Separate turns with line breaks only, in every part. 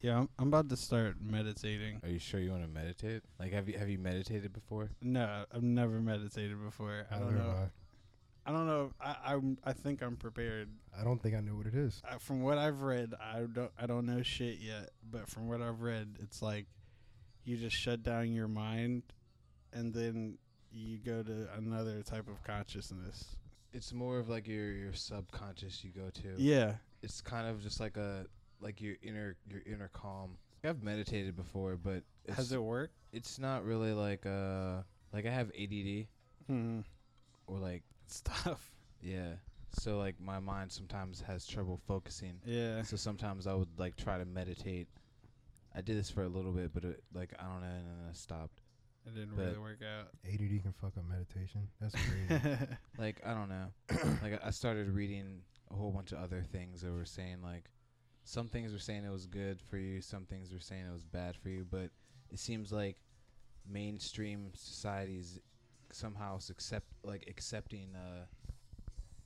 Yeah, I'm, I'm about to start meditating.
Are you sure you want to meditate? Like, have you have you meditated before?
No, I've never meditated before. I don't
Neither
know.
have
I don't know. I I'm, I think I'm prepared.
I. I don't think I know what it is.
I, from what I've read, I don't I don't know shit yet. But from what I've read, it's like you just shut down your mind, and then you go to another type of consciousness.
It's more of like your your subconscious you go to.
Yeah,
It's kind of just like a like your inner your inner calm. I've meditated before, but it's,
has it worked?
it's not really like uh like I have ADD
Hmm.
or like
It's tough.
yeah. So like my mind sometimes has trouble focusing.
Yeah.
So sometimes I would like try to meditate. I did this for a little bit, but it, like I don't know, and then I stopped.
It didn't
But-
really work out.
ADD can fuck up meditation. That's crazy.
Like I don't know. like I I started reading a whole bunch of other things that were saying like some things were saying it was good for you, some things were saying it was bad for you, but it seems like mainstream society's somehow s- accept like accepting uh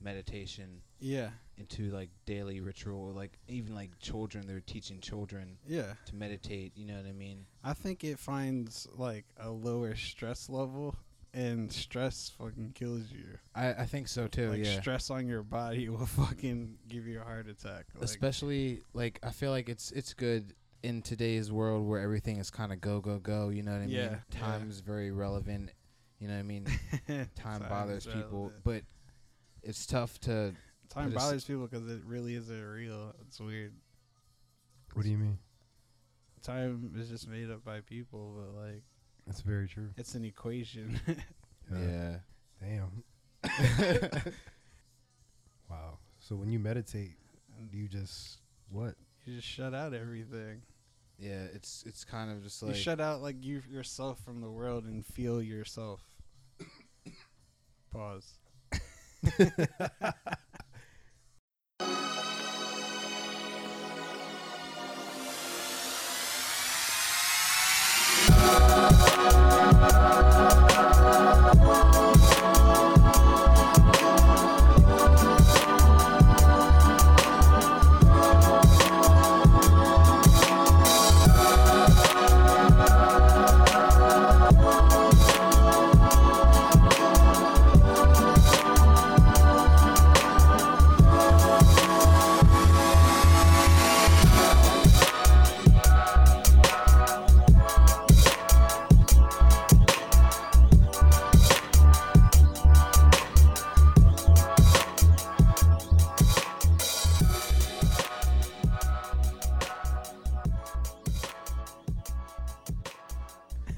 meditation
yeah.
into like daily ritual like even like children they're teaching children
Yeah.
to meditate you know what i mean
I think it finds like a lower stress level, and stress fucking kills you.
i i think so too
like
yeah
stress on your body will fucking give you a heart attack. Like,
especially like I feel like it's it's good in today's world where everything is kind of go go go. You know what I mean?
Yeah, yeah.
Time is very relevant. You know what I mean?
time,
Time bothers
is
people,
relevant.
but it's tough to.
Time
but it's-
bothers people because it really isn't real. It's weird.
what do you mean?
Time is just made up by people, but like
That's very true.
it's an equation.
Yeah.
Yeah.
Damn. Wow. So when you meditate, you just what?
you just shut out everything.
Yeah, it's it's kind of just like
you shut out like you yourself from the world and feel yourself. Pause.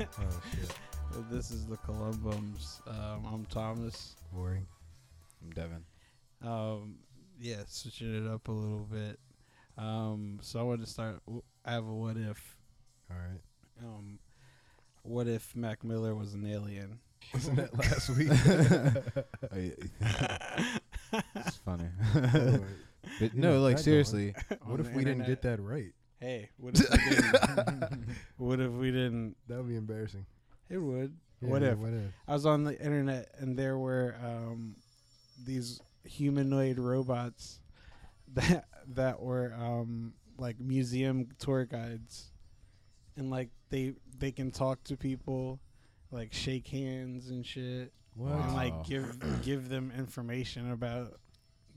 Oh shit.
This is the Columbums. Um, I'm Thomas.
Boring.
I'm Devin.
Um, yeah, switching it up a little bit. Um, so I want to start. w- I have a what if.
All right.
Um, what if Mac Miller was an alien?
Wasn't that last week?
Oh, it's funny,
Lord.
but
You know,
no, like
that
seriously,
what if we didn't get that right?
Hey, what if we didn't? what if we didn't?
That would be embarrassing.
It would.
Yeah,
what
yeah,
if?
What if?
I was on the internet and there were um, these humanoid robots that that were um, like museum tour guides, and like they they can talk to people, like shake hands and shit,
What?
Wow.
and
Wow.
like give give them information about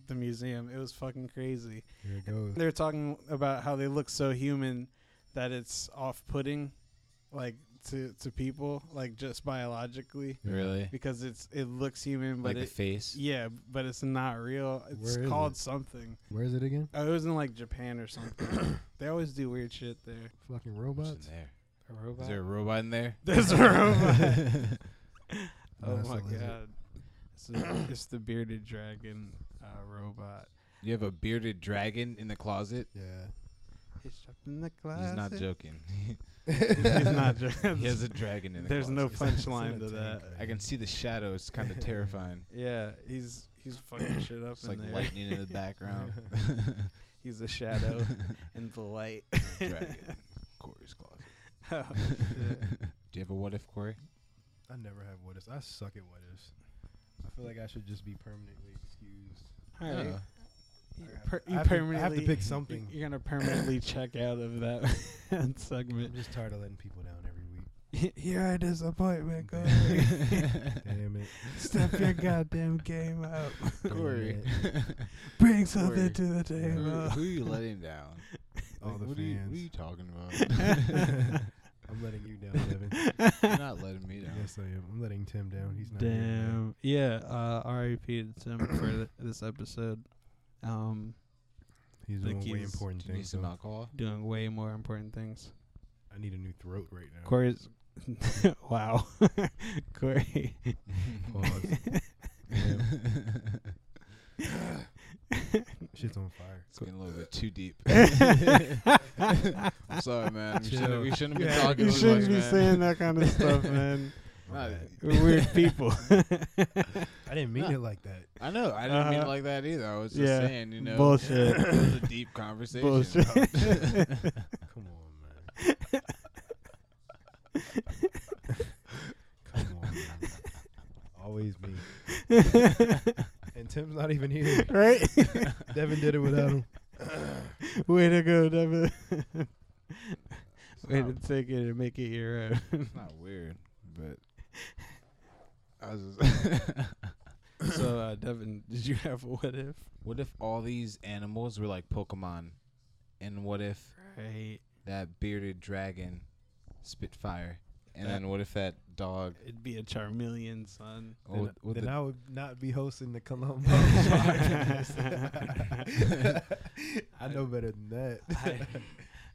the museum. It was fucking crazy.
Here it goes.
They're talking about how they look so human that it's off putting, like to to people, like just biologically
really,
because it's it looks human, but
like the
it,
face.
yeah, but it's not real. It's
Where is
called
it?
something.
Where is it again?
Oh, it was in like Japan or something. they always do weird shit there.
Fucking
What's in
robots.
there?
A
Is
robot.
there a robot in there?
There's a robot.
No,
oh
that's
my
a lizard.
god. It's, the- it's the bearded dragon uh, robot.
You have a bearded dragon in the closet.
Yeah.
He's up in the closet.
He's not joking.
He's not joking.
he has a dragon in the
There's
closet.
no
It's in- it's in
punchline
a
to that.
tank,
I can see the shadow. It's kind of terrifying.
Yeah, he's he's fucking shit up
It's
in
like
there.
lightning in the background.
He's a shadow in the light.
Dragon. Corey's closet.
Oh, shit.
Do you have a what if, Corey?
I never have what ifs. I suck at what ifs. I feel like I should just be permanently excused.
Oh. All right. per-
I
you
have to- I have
permanently
to pick
you-
something.
You're gonna permanently check out of that
I'm
segment.
just tired of letting people down every week.
You're a disappointment. Go
Damn it.
Step your goddamn game up.
Corey.
Bring something
Corey,
to the
who,
table.
who you letting down?
All
Like,
the
what Are you, what are you
fans.
talking about?
I'm letting you down, Devin.
You're not letting me down.
Yes, I am. I'm letting Tim down. He's not. here tonight.
Damn. Yeah. Uh, R.I.P. to Tim for th- this episode. Um,
He's
Like
doing way
he's-
important
Do you need
things.
some
so
alcohol?
doing way more important things.
I need a new throat right now.
Corey's. wow. Corey.
Pause. Shit's on fire.
It's getting a little bit too deep.
you
I'm sorry, man. We
Chill.
shouldn't, we shouldn't be
Yeah,
talking.
you
this
shouldn't
much,
be
man.
saying that kind of stuff, man.
Nah,
My bad.
We're weird people.
I didn't mean
Nah.
it like that.
I know. I didn't mean it
Uh-huh.
like that either. I was just
Yeah.
saying, you know,
Bullshit.
it was a deep conversation.
Bullshit.
Come on, man. Come on, man. Always me. And Tim's not even here.
right?
Devin did it without him.
Way to go, Devin.
It's
Way
not-
to take it and make it your own.
it's not weird, but I was just
so, uh, Devin, did you have a what if?
What if all these animals were like Pokemon? And what if
Right.
that bearded dragon spit fire? And
That-
then what if that dog
It'd be a Charmeleon, son.
Oh,
then
what
then
the-
I would not be hosting the Colombo podcast. I know better than that.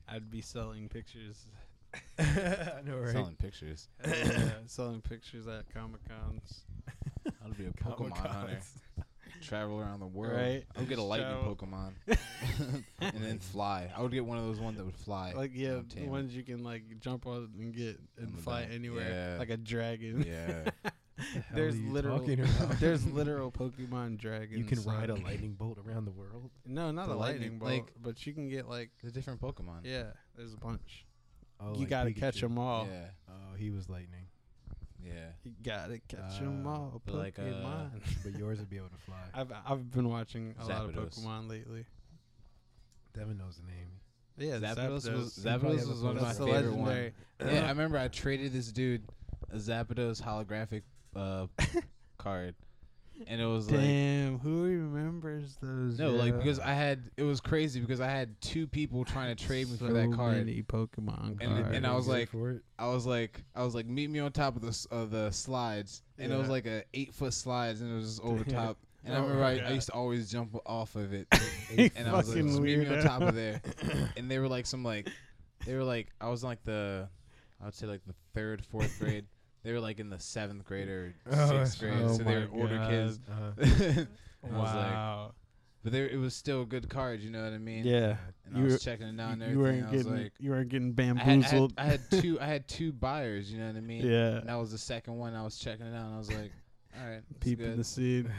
I, I'd be selling pictures.
I know, right?
selling pictures?
Uh, yeah, selling pictures at Comic Cons.
I'll be a
Oh
Pokemon hunter.
Comic-Cons.
Travel around the world.
Right.
I would get a
Just
lightning
travel.
Pokemon. and then fly. I would get one of those ones that would fly.
Like yeah,
I'm
the
tame.
ones you can like jump on and get and
I'm
fly
about-
anywhere,
yeah.
like a dragon.
yeah.
The hell
There's
are you
literal-
talking about?
There's literal Pokemon dragons.
You can
son.
ride a lightning bolt around the world.
No, not
The
a lightning,
lightning,
bolt,
like-
but you can get like
The different Pokemon.
yeah. There's a bunch.
Oh,
you
like
gotta 'em
Pikachu.
catch 'em all.
Yeah.
Oh, he was lightning,
Yeah.
You gotta catch 'em
Uh,
all.
but like, uh,
Pokemon.
but yours would be able to fly.
I've I've been watching a lot of
Zapdos.
Pokemon lately.
Devin knows the name.
Yeah,
Zapdos, was
You probably
Zapdos
have a
was one of my
That's the
Pokemon.
favorite ones.
legendary.
Yeah, I remember I traded this dude a Zapdos holographic uh, card, and it was like
Damn, who remembers those? uh,
no, like
yo?
because I had it was crazy because I had two people trying to trade me for that
So
card.
many Pokemon
And-
cards.
and I was
Get it
like-
for it.
I was like, I was like, meet me on top of the s- of the slides, and it was
Yeah.
like a eight foot slides, and it was just over
Damn.
top. And I
Oh
remember
my
I, I
God.
used to always jump off of it,
You
and I was like,
fucking
just meet me on
weirdo.
top of there. And they were like some like, they were like, I was like the, I would say like the third, fourth grade. They were like in the seventh grade or
Oh,
sixth grade,
oh
so they were
my
older kids.
Uh-huh. Uh,
I was like, But there, it was still good cards, you know what I mean?
yeah,
And
you
I
were-
was checking it out and
you,
everything.
you weren't
I was
getting
like,
you weren't getting
I had, I, had,
bamboozled.
I had two, I had two buyers, you know what I mean?
yeah,
And that was the second one. I was checking it out, and I was like, all right, it's
peeping the
good.
scene.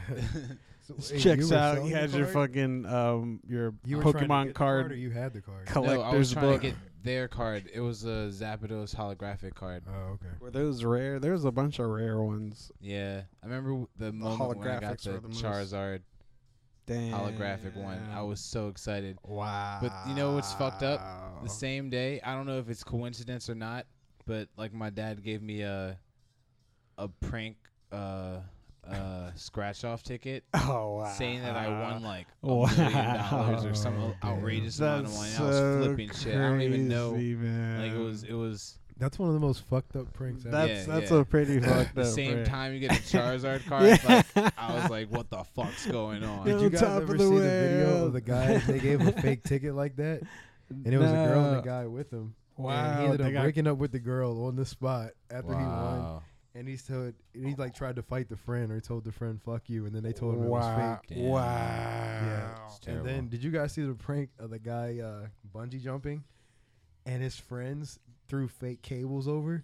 So,
This
hey, you
checks
were
out.
selling
You
the
had your
card?
fucking um your
You were trying to get
Pokemon
the
card
or you had the card.
no, I
collector's
was trying
book.
to get their card. It was a Zapdos holographic card.
Oh, okay.
Were those rare? There was a bunch of rare ones.
Yeah, I remember w- the moment when I got
holographics were
the,
the most-
Charizard
Damn.
holographic one. I was so excited.
wow.
you know what's fucked up?
Uh-huh.
The same day, I don't know if it's coincidence or not, but like my dad gave me a a prank uh uh scratch off ticket
Oh wow.
saying that I won like a
Wow.
million dollars or some
Wow.
o- outrageous amount
That's
of money.
so
I was flipping
crazy,
shit. I don't even know.
Man.
Like it was it was
That's one of the most fucked up pranks ever.
That's
Yeah,
that's
yeah.
a pretty fucked up.
the same
prank.
time you get a Charizard card,
Yeah.
like, I was like, what the fuck's going on?
Yeah.
Did you
On
guys
top
ever
of the
see the video
world.
of the guy they gave a fake ticket like that? And it was a girl and
No.
a guy with him. And he
Wow,
ended
they
up
got
breaking up with the girl on the spot after he won.
Wow.
And he told and he like tried to fight the friend or told the friend fuck you and then they told him it was
wow.
fake.
Damn.
Wow.
It's
And
terrible.
then did you guys see the prank of the guy uh, bungee jumping and his friends threw fake cables over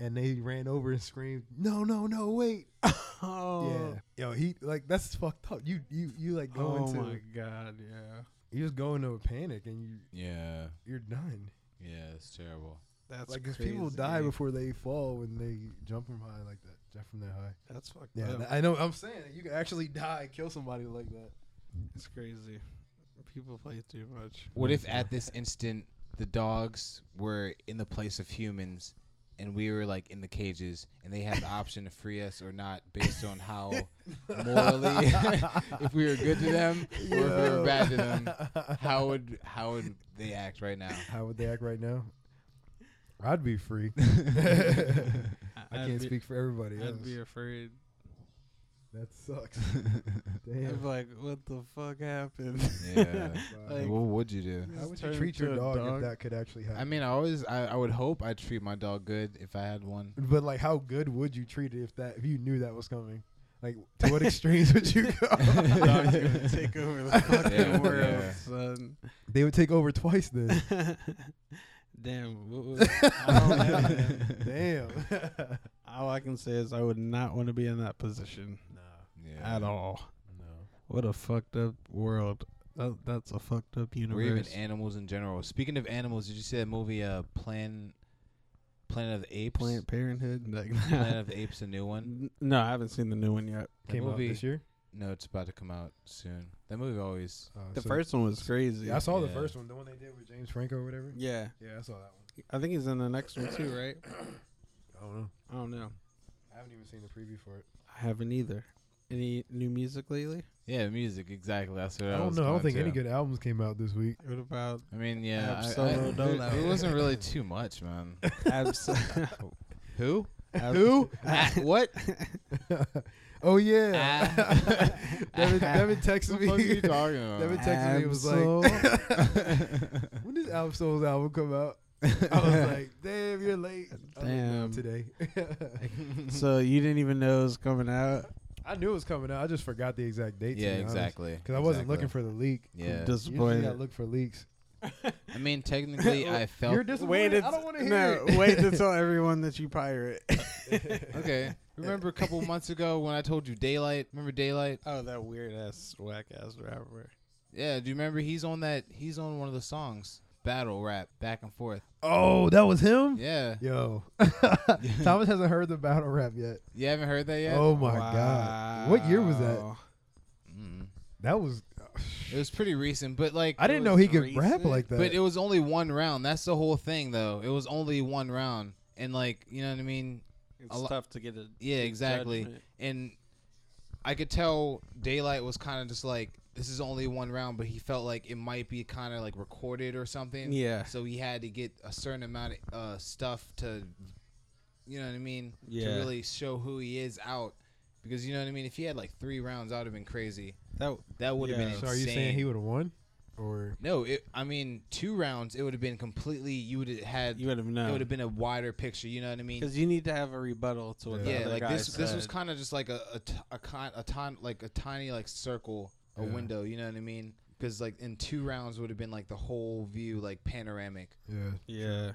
and they ran over and screamed, No, no, no, wait.
Oh.
Yeah. Yo, he like that's fucked up. You you you like go
Oh
into
my god. Yeah.
you just go into a panic and you
yeah,
you're done.
yeah, it's terrible.
That's
like because
crazy.
people die before they fall when they jump from high like that, jump from that high.
That's fucked
Yeah,
up.
I know. I'm saying you can actually die, kill somebody like that.
It's crazy. People play too much.
What if at this instant the dogs were in the place of humans and we were like in the cages and they had the option to free us or not based on how morally if we were good to them or if we were bad to them how would how would they act right now
How would they act right now? I'd be free. I
I'd
can't
be-
speak for everybody else.
I'd be afraid.
that sucks. Damn.
I'd be like, what the fuck happened?
yeah
Like-
what would you do
Just
How would you
turn
treat your
into a
dog, if that could actually happen?
I mean I always I, I would hope I'd treat my dog good if I had one
but like, how good would you treat it if that if you knew that was coming? Like, to what extremes would you
Dog's
go?
gonna take over the fucking
Yeah,
world,
yeah.
son.
they would take over twice then.
Damn. What was, I don't know, man.
Damn.
All I can say is I would not want to be in that position
no,
yeah
at all.
no.
What a fucked up world. That, that's a fucked up
or even
universe.
animals in general speaking of animals did you see that movie uh Plan Planet of the Apes
Plant Parenthood. Like
Planet of the Apes a new one
N- No, I haven't seen the new one yet.
That
Came out
movie-
this year.
No, it's about to come out soon. That movie always.
Uh,
The
so-
first one was crazy.
Yeah, I saw the
Yeah.
first one, the one they did with James Franco or whatever.
yeah,
Yeah, I saw that one.
I think he's in the next one too, right?
I don't know.
I don't know.
I haven't even seen the preview for it.
I haven't either. Any new music lately?
Yeah, music exactly. That's what I,
I don't
was
know. I don't
going
think any
to.
good albums came out this week.
What about
I mean, yeah, I, I,
Absol Dolo.
it wasn't really too much, man.
Abs?
Who?
Ab-
Who? Ah, what?
oh yeah.
Ah.
Devin, Devin
What
texted
the fuck are
me.
you talking about?
Devin texted me. and was
Absol-
like, when does Al Soul's album come out? I was like, damn, you're late. I was like, "No,
Damn.
today.
so you didn't even know it was coming out?
I knew it was coming out. I just forgot the exact date.
yeah, exactly.
Because I wasn't
exactly.
looking for the leak.
Yeah,
Usually I
Disappointed.
look for leaks.
I mean, technically, I felt
You're disappointed. I don't want to hear
no,
it.
wait to tell everyone that you pirate.
okay. Remember a couple months ago when I told you Daylight? Remember Daylight?
oh, that weird ass whack ass rapper.
Yeah. Do you remember he's on that? He's on one of the songs, battle rap, back and forth.
Oh, that was him.
Yeah.
Yo, Thomas hasn't heard the battle rap yet.
You haven't heard that yet?
Oh my god, what year was that?
Wow.
Mm.
That was
It was pretty recent, but like
I didn't know he could rap like that.
But it was only one round. That's the whole thing, though. It was only one round, and like you know what I mean.
It's
A lo-
tough to get a
Yeah, exactly.
judgment.
And I could tell Daylight was kind of just like this is only one round, but he felt like it might be kind of like recorded or something.
Yeah,
So he had to get a certain amount of uh, stuff to, you know what I mean,
Yeah.
to really show who he is out. Because you know what I mean. If he had like three rounds, that would have been crazy.
that
That would have
Yeah.
been
so.
insane.
Are you saying he would have won, or
No, it, I mean two rounds. It would have been completely. You would have had.
you would have
It would
known
have been a wider picture. You know what I mean?
because you need to have a rebuttal to what the
Yeah,
other
like
guy
this. This was
said.
kind of just like a a t- a, con, a ton, like a tiny like circle, a
Yeah.
window. You know what I mean? Because like in two rounds would have been like the whole view, like panoramic
yeah?
yeah.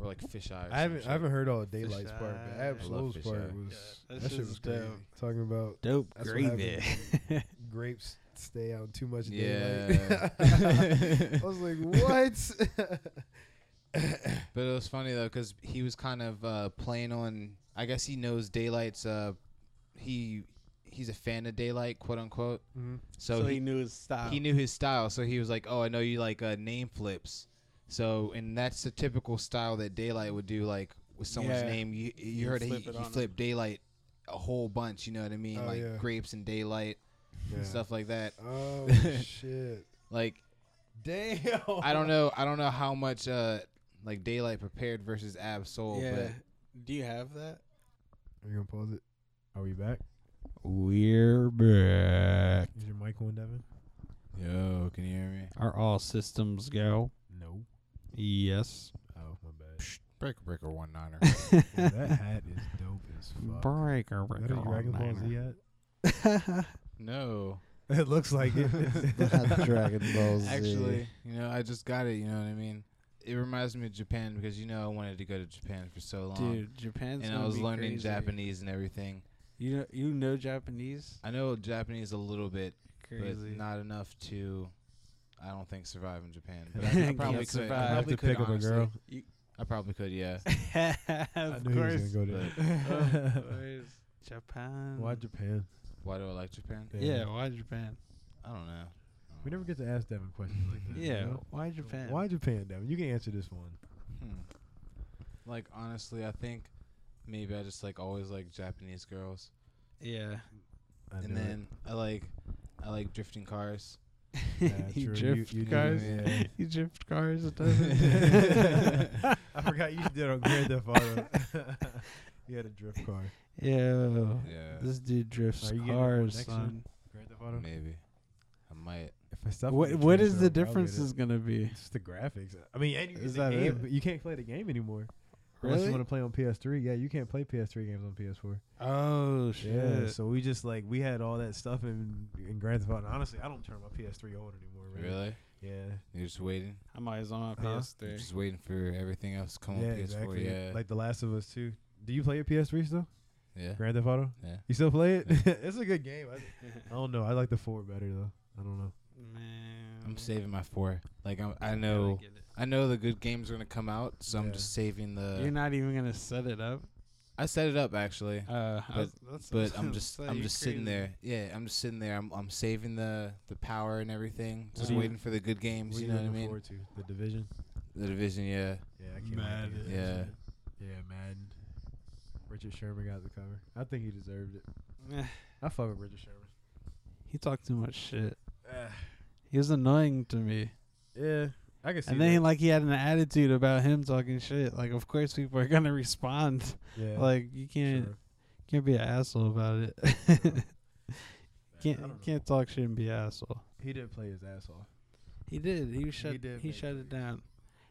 or like fisheye. Or
I haven't
some
I haven't heard all the
Fish
daylights part, but
eye. I
love
Absol's
fish
part
eye.
was
Yeah, that
that
shit
shit was
was
crazy.
dope.
Talking about
Dope
That's what
gravy.
grapes stay out too much.
shit.
Yeah.
Yeah.
I was like, what?
But it was funny though because he was kind of uh, playing on. I guess he knows daylight's. Uh, he he's a fan of daylight, quote unquote.
Mhm.
so,
So,
he,
he,
knew his style.
he knew his style. So he was like, "Oh, I know you like uh, name flips." So and that's the typical style that daylight would do. Like with someone's
Yeah.
name, you you heard he,
flip
he
it on 'em.
flipped daylight a whole bunch. You know what I mean?
Oh,
like
yeah.
grapes and daylight
Yeah.
and stuff like that.
Oh shit!
Like
Damn.
I don't know. I don't know how much uh like daylight prepared versus Ab Soul,
yeah.
but.
Do you have that?
Are you gonna pause it? Are we back?
We're back.
Is your mic on, Devin?
Yo, can you hear me?
Are all systems go?
No.
Yes.
Oh my
Breaker Breaker One Niner.
bad. that hat is dope as
Breaker,
Is that a Dragon Ball Z hat?
no,
It looks like it.
Dragon Ball Z.
actually, you know, I just got it. You know what I mean? It reminds me of Japan because you know I wanted to go to Japan for so long,
dude, Japan's
and
gonna
I was
be
learning
crazy.
Japanese and everything.
You know, you know Japanese?
I know Japanese a little bit,
Crazy.
but not enough to. I don't think survive in Japan. But I, I
Can't
probably could.
survive. You have
I probably
to
could,
pick up a
honestly.
girl.
You-
I probably could. Yeah.
I
of
knew he was
course.
gonna go there.
Of course. uh, Japan.
Why Japan?
Why do I like Japan?
Yeah, why Japan?
I don't know. I don't
We never get to ask Devin questions like that. you
Yeah.
know?
Why Japan?
Why Japan, Devin? You can answer this one.
Hmm. Like honestly, I think maybe I just like always like Japanese girls,
Yeah.
I
and
knew it.
then I like I like drifting cars.
Yeah,
you
true.
drift
You- you do,
cars.
yeah.
You drift cars. It doesn't.
I forgot you did on Grand Theft Auto. you had a drift car.
yeah.
Yeah,
This dude drifts
Are you getting one
cars,
next year?
son.
Grand Theft Auto.
maybe I might.
If I stop,
What what is the difference is gonna be?
It's the graphics. I mean, and you,
Is
the
that
game,
it?
but you can't play the game anymore. Unless you want
Really?
to play on PS3. Yeah, you can't play PS3 games on PS4.
Oh
Yeah.
shit.
So we just like we had all that stuff in in Grand Theft Auto. And honestly, I don't turn my PS3 on anymore. man.
Really?
Yeah.
You're just waiting.
I'm always on my
Huh?
You're
PS3.
just waiting for everything else to come
yeah.
on PS4.
Exactly.
Yeah.
Like The Last of Us 2. Do you play your PS3 still?
yeah.
Grand Theft Auto.
Yeah.
You still play it? it's a good game. I, I don't know. I like the four better though. I don't know.
Man.
I'm saving my four. Like I'm, Oh. I
Yeah,
know,
get it.
I know the good games are gonna come out, so
Yeah.
I'm just saving the.
You're not even gonna set it up.
I set it up actually,
Uh, I
But-
was- that's what
but I'm just,
saying,
I'm
you're
just sitting
crazy.
there. Yeah, I'm just sitting there. I'm, I'm saving the, the power and everything. Just
do you-
waiting for the good games.
What
You
you
know what I
looking
mean?
forward to? The division.
The division. Yeah.
Yeah, I can't
Madden.
wait. to get that
Yeah.
shit. Yeah, Madden. Richard Sherman got the cover. I think he deserved it.
Eh,
I fuck with Richard Sherman.
He talked too much shit.
Eh.
Ah,
He was annoying to me.
yeah, I can see.
and then he,
that.
like he had an attitude about him talking shit. Like of course people are gonna respond.
yeah,
Like you can't
sure.
can't be an asshole about it.
I don't know.
can't can't talk shit and be an asshole.
He did play his ass off.
He did. He was shut. He,
did make
shut
the-
it down.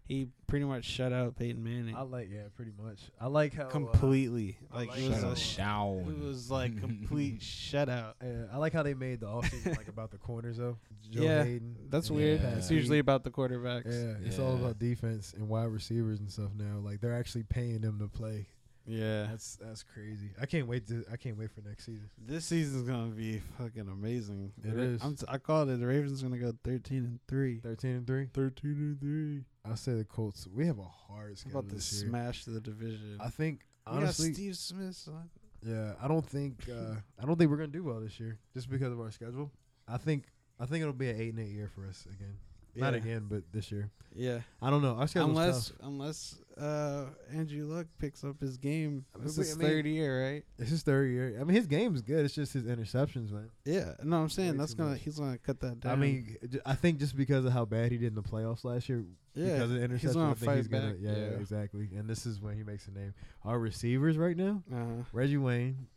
He pretty much shut out Peyton Manning
I like, yeah, pretty much. I like how uh,
completely.
I
like
like
it
Shut
was
how- uh,
a
up,
sh-
Shaun.
it was like complete shutout.
yeah, I like how they made the offseason like about the corners though. Joe
Yeah,
Hayden.
That's
and
weird.
Yeah.
It's
Pat
usually
Pete.
about the quarterbacks.
Yeah, it's all
Yeah.
about defense and wide receivers and stuff now. Like they're actually paying them to play.
Yeah.
That's that's crazy. I can't wait to I can't wait for next season.
This season's gonna be fucking amazing.
It
The Ra-
is.
I'm t- I called it. The Ravens gonna go thirteen and three.
Thirteen and three.
Thirteen and three.
I say the Colts. We have a hard
How
schedule
about to
this year.
smash the division?
I think
We got
honestly,
Steve Smith. Son.
yeah. I don't think uh, I don't think we're gonna do well this year just because of our schedule. I think I think it'll be an eight and eight year for us again. Not
Yeah.
again, but this year.
Yeah.
I don't know. Our schedule's
Unless
tough.
unless uh, Andrew Luck picks up his game.
I mean,
This
we-
is
I mean-
third year, right?
it's his third year. I mean, his game's good. It's just his interceptions, man.
Yeah. No, I'm saying
Way
that's
too
gonna
much.
he's gonna cut that down.
I mean, j- I think just because of how bad he did in the playoffs last year,
yeah.
because of the interception,
gonna
I think he's
fight
gonna,
back.
yeah,
Yeah.
exactly. And this is when he makes a name. Our receivers right now:
uh-huh.
Reggie Wayne,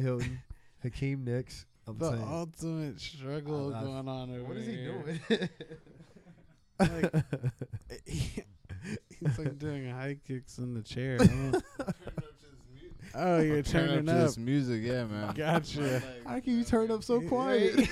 Hilton, Hakeem Nicks. I'm
The
saying,
ultimate struggle
I- I-
going on over
what is he
here.
doing?
Like, he's like doing high kicks in the chair. I don't- oh, you're turning
to
up.
this music. Yeah, man.
Gotcha.
How can you turn up so quiet?
it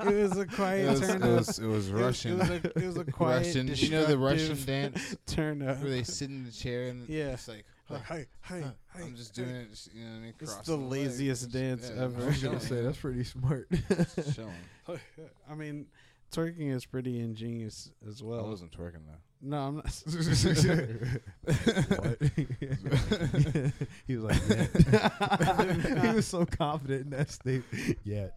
was a
It
quiet
was,
turn up.
it was, it was
It was-
Russian.
It was, a, it was a quiet.
Russian. You know the Russian
destructive
dance
turn up.
where they sit in the chair and
Yeah.
it's like,
Like, hey, hey,
huh,
hey,
I'm just
hey.
doing it. Just, you know what I mean?
It's
cross
the
my leg,
laziest
just-
dance
yeah,
ever.
I was gonna
just
say
showing,
that's pretty smart.
just showing.
I mean, twerking is pretty ingenious as
I
well.
wasn't twerking though.
No, I'm not.
What? he was like, yeah. he was so confident in that statement. Yeah.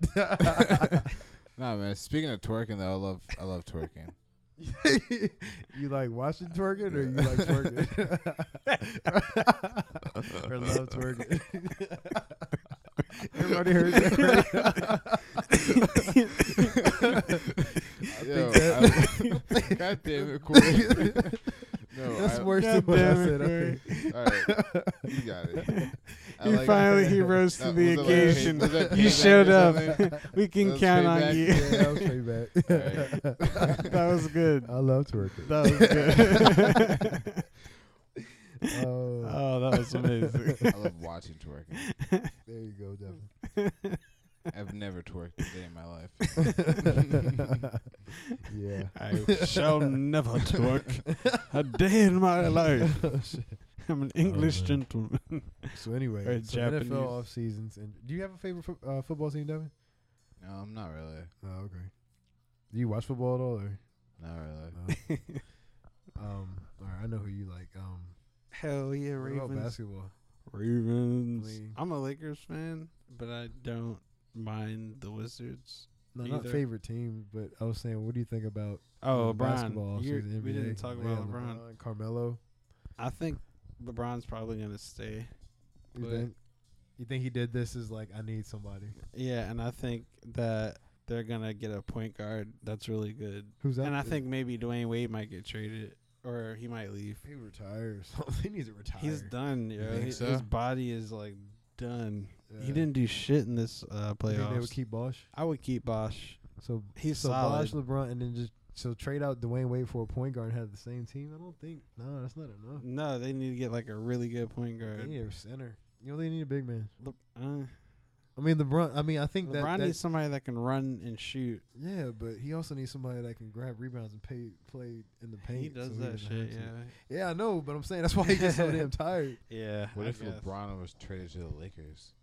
Nah, man. Speaking of twerking though, I love I love twerking.
you like watching twerking or you like twerking? or love twerking? Everybody heard that.
Yo, I- God damn it, Corey.
right?
No,
That's
I,
worse than
God
what I
damn it, Corey.
said. I think.
All right, you got it. I
You
like-
finally he rose
Uh,
to the
was it like pay-
occasion.
was that
you
payback
showed
or
up.
something?
we can
That's
count on
payback.
you.
Yeah, that was pretty bad.
that was good.
I love twerking.
That was good.
Oh,
oh, that was amazing.
I love watching twerking.
there you go, Devin.
I've never twerked a day in my life.
yeah.
I shall never twerk a day in my life.
Oh,
I'm an English
man.
gentleman.
So anyway,
Or
so NFL
Japanese.
off seasons. And do you have a favorite fo- uh, football team, Devin?
No, I'm not really.
Oh, okay. Do you watch football at all? Or?
Not really.
No. um, all right, I know who you like. Um,
Hell yeah,
what about
Ravens.
basketball?
Ravens.
League.
I'm a Lakers fan, but I don't mind the Wizards.
No, not
either.
favorite team, but I was saying, what do you think about
Oh,
uh,
LeBron.
basketball?
You're-
since the
We
NBA?
didn't talk
Yeah,
about LeBron.
uh, Carmelo.
I think LeBron's probably gonna stay.
You
But-
think? You think he did this? Is like I need somebody.
Yeah, and I think that they're gonna get a point guard that's really good.
Who's that?
And I
dude?
think maybe Dwayne Wade might get traded, or he might leave.
he retires. he needs to retire.
He's done, yo.
think
He-
so?
His body is like done.
Yeah.
He didn't do shit in this uh,
You think they
playoffs.
would keep Bosch.
I would keep Bosch.
So
He's
so
solid.
Bosh, LeBron, and then just so trade out Dwayne Wade for a point guard and have the same team. I don't think. No, that's not enough.
No, they need to get like a really good point
They
guard.
need a center. You know they need a big man.
Le- uh,
I mean LeBron. I mean I think that,
LeBron
that-
needs somebody that can run and shoot.
yeah, but he also needs somebody that can grab rebounds and pay, play in the paint.
He does
so
that
doesn't have
shit.
to.
Yeah.
Yeah, I know, but I'm saying that's why he gets so damn tired.
Yeah.
What
I
if
guess.
LeBron was traded to the Lakers?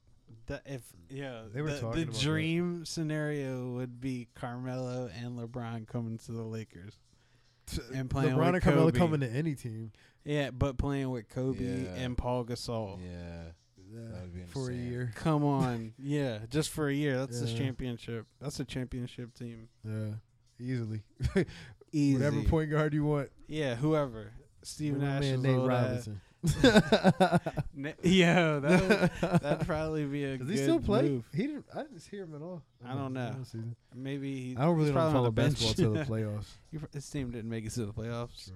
That if yeah,
They were
the,
talking
the
about that.
dream scenario would be Carmelo and LeBron coming to the Lakers and playing
LeBron
with
and Carmelo
Kobe.
coming to any team
Yeah, but playing with Kobe
Yeah.
and Paul Gasol.
Yeah,
yeah,
That would be
for a
insane.
year.
Come on, yeah, just for a year. That's a
Yeah.
championship. That's a championship team.
Yeah, easily.
Easy.
Whatever point guard you want.
Yeah, whoever. Steve
My
Nash
man
is
Nate
all that.
Robinson.
Na- Yo, that would, that'd probably be a
Does
good
he still play?
move.
He didn't. I didn't hear him at all.
I don't know.
this season.
Maybe he,
I don't really
he's probably
don't follow
on the bench.
basketball until the playoffs.
He pr- his team didn't make it to the playoffs.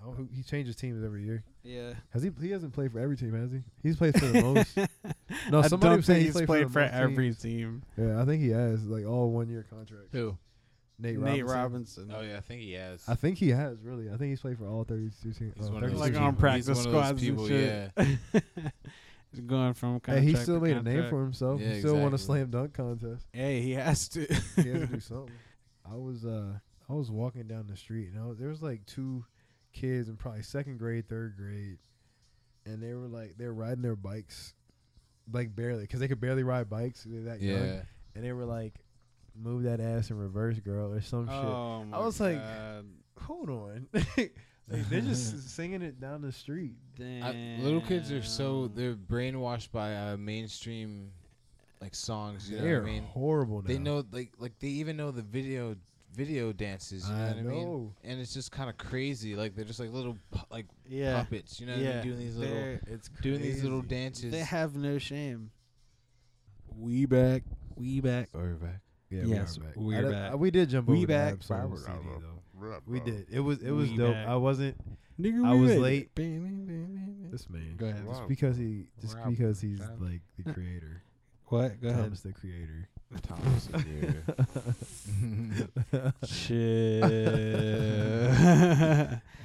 I don't- he changes teams every year.
Yeah.
Has he? He hasn't played for every team, has he? He's played for the most. No,
I
somebody
don't
was
think
saying he
he's
played
played
for
for
the most
every team.
Yeah, I think he has like all one year contracts.
Who?
Nate,
Nate
Robinson.
Robinson.
Oh yeah, I think he has.
I think he has really. I think he's played for all thirty-two teams.
He's
uh,
one of those
32
Like
people.
on
teams.
practice
He's one of those
squads
people,
and shit. he's going from
Hey,
contract
he still
to
made a name
contract.
for himself.
Yeah,
he still won a
exactly.
slam dunk contest.
Hey, he has to.
He has to do something. I was uh I was walking down the street and I was, there was like two kids in probably second grade, third grade, and they were like they're riding their bikes, like barely because they could barely ride bikes. They're that young,
yeah,
and they were like, "Move that ass in reverse, girl," or some
oh my
I was like,
God.
shit. Hold on, Like, they're just singing it down the street.
Damn.
I, little kids are so they're brainwashed by uh, mainstream like songs. You know
they're
what I mean?
horrible. Now.
They know like like they even know the video video dances. You know
I
what I mean?
know.
And it's just kind of crazy. Like they're just like little pu- like
yeah.
puppets. You know what I
yeah.
mean? Doing these little
They're-
It's crazy.
doing these little dances.
They have no shame. We back. We back.
Or back.
Yeah,
yes,
we
we're
are back. I did-
back.
I- we did jump
We
over
back.
the Absol CD though. We did. It was it was
We
dope.
back.
I wasn't.
Nigga,
I
we
was
ready.
late.
Bam, bam, bam, bam.
This man.
Go ahead.
Just because he, just
Rob-
because he's
Rob.
like the creator.
What? Go ahead.
Thomas the creator.
Thomas here.
Shit.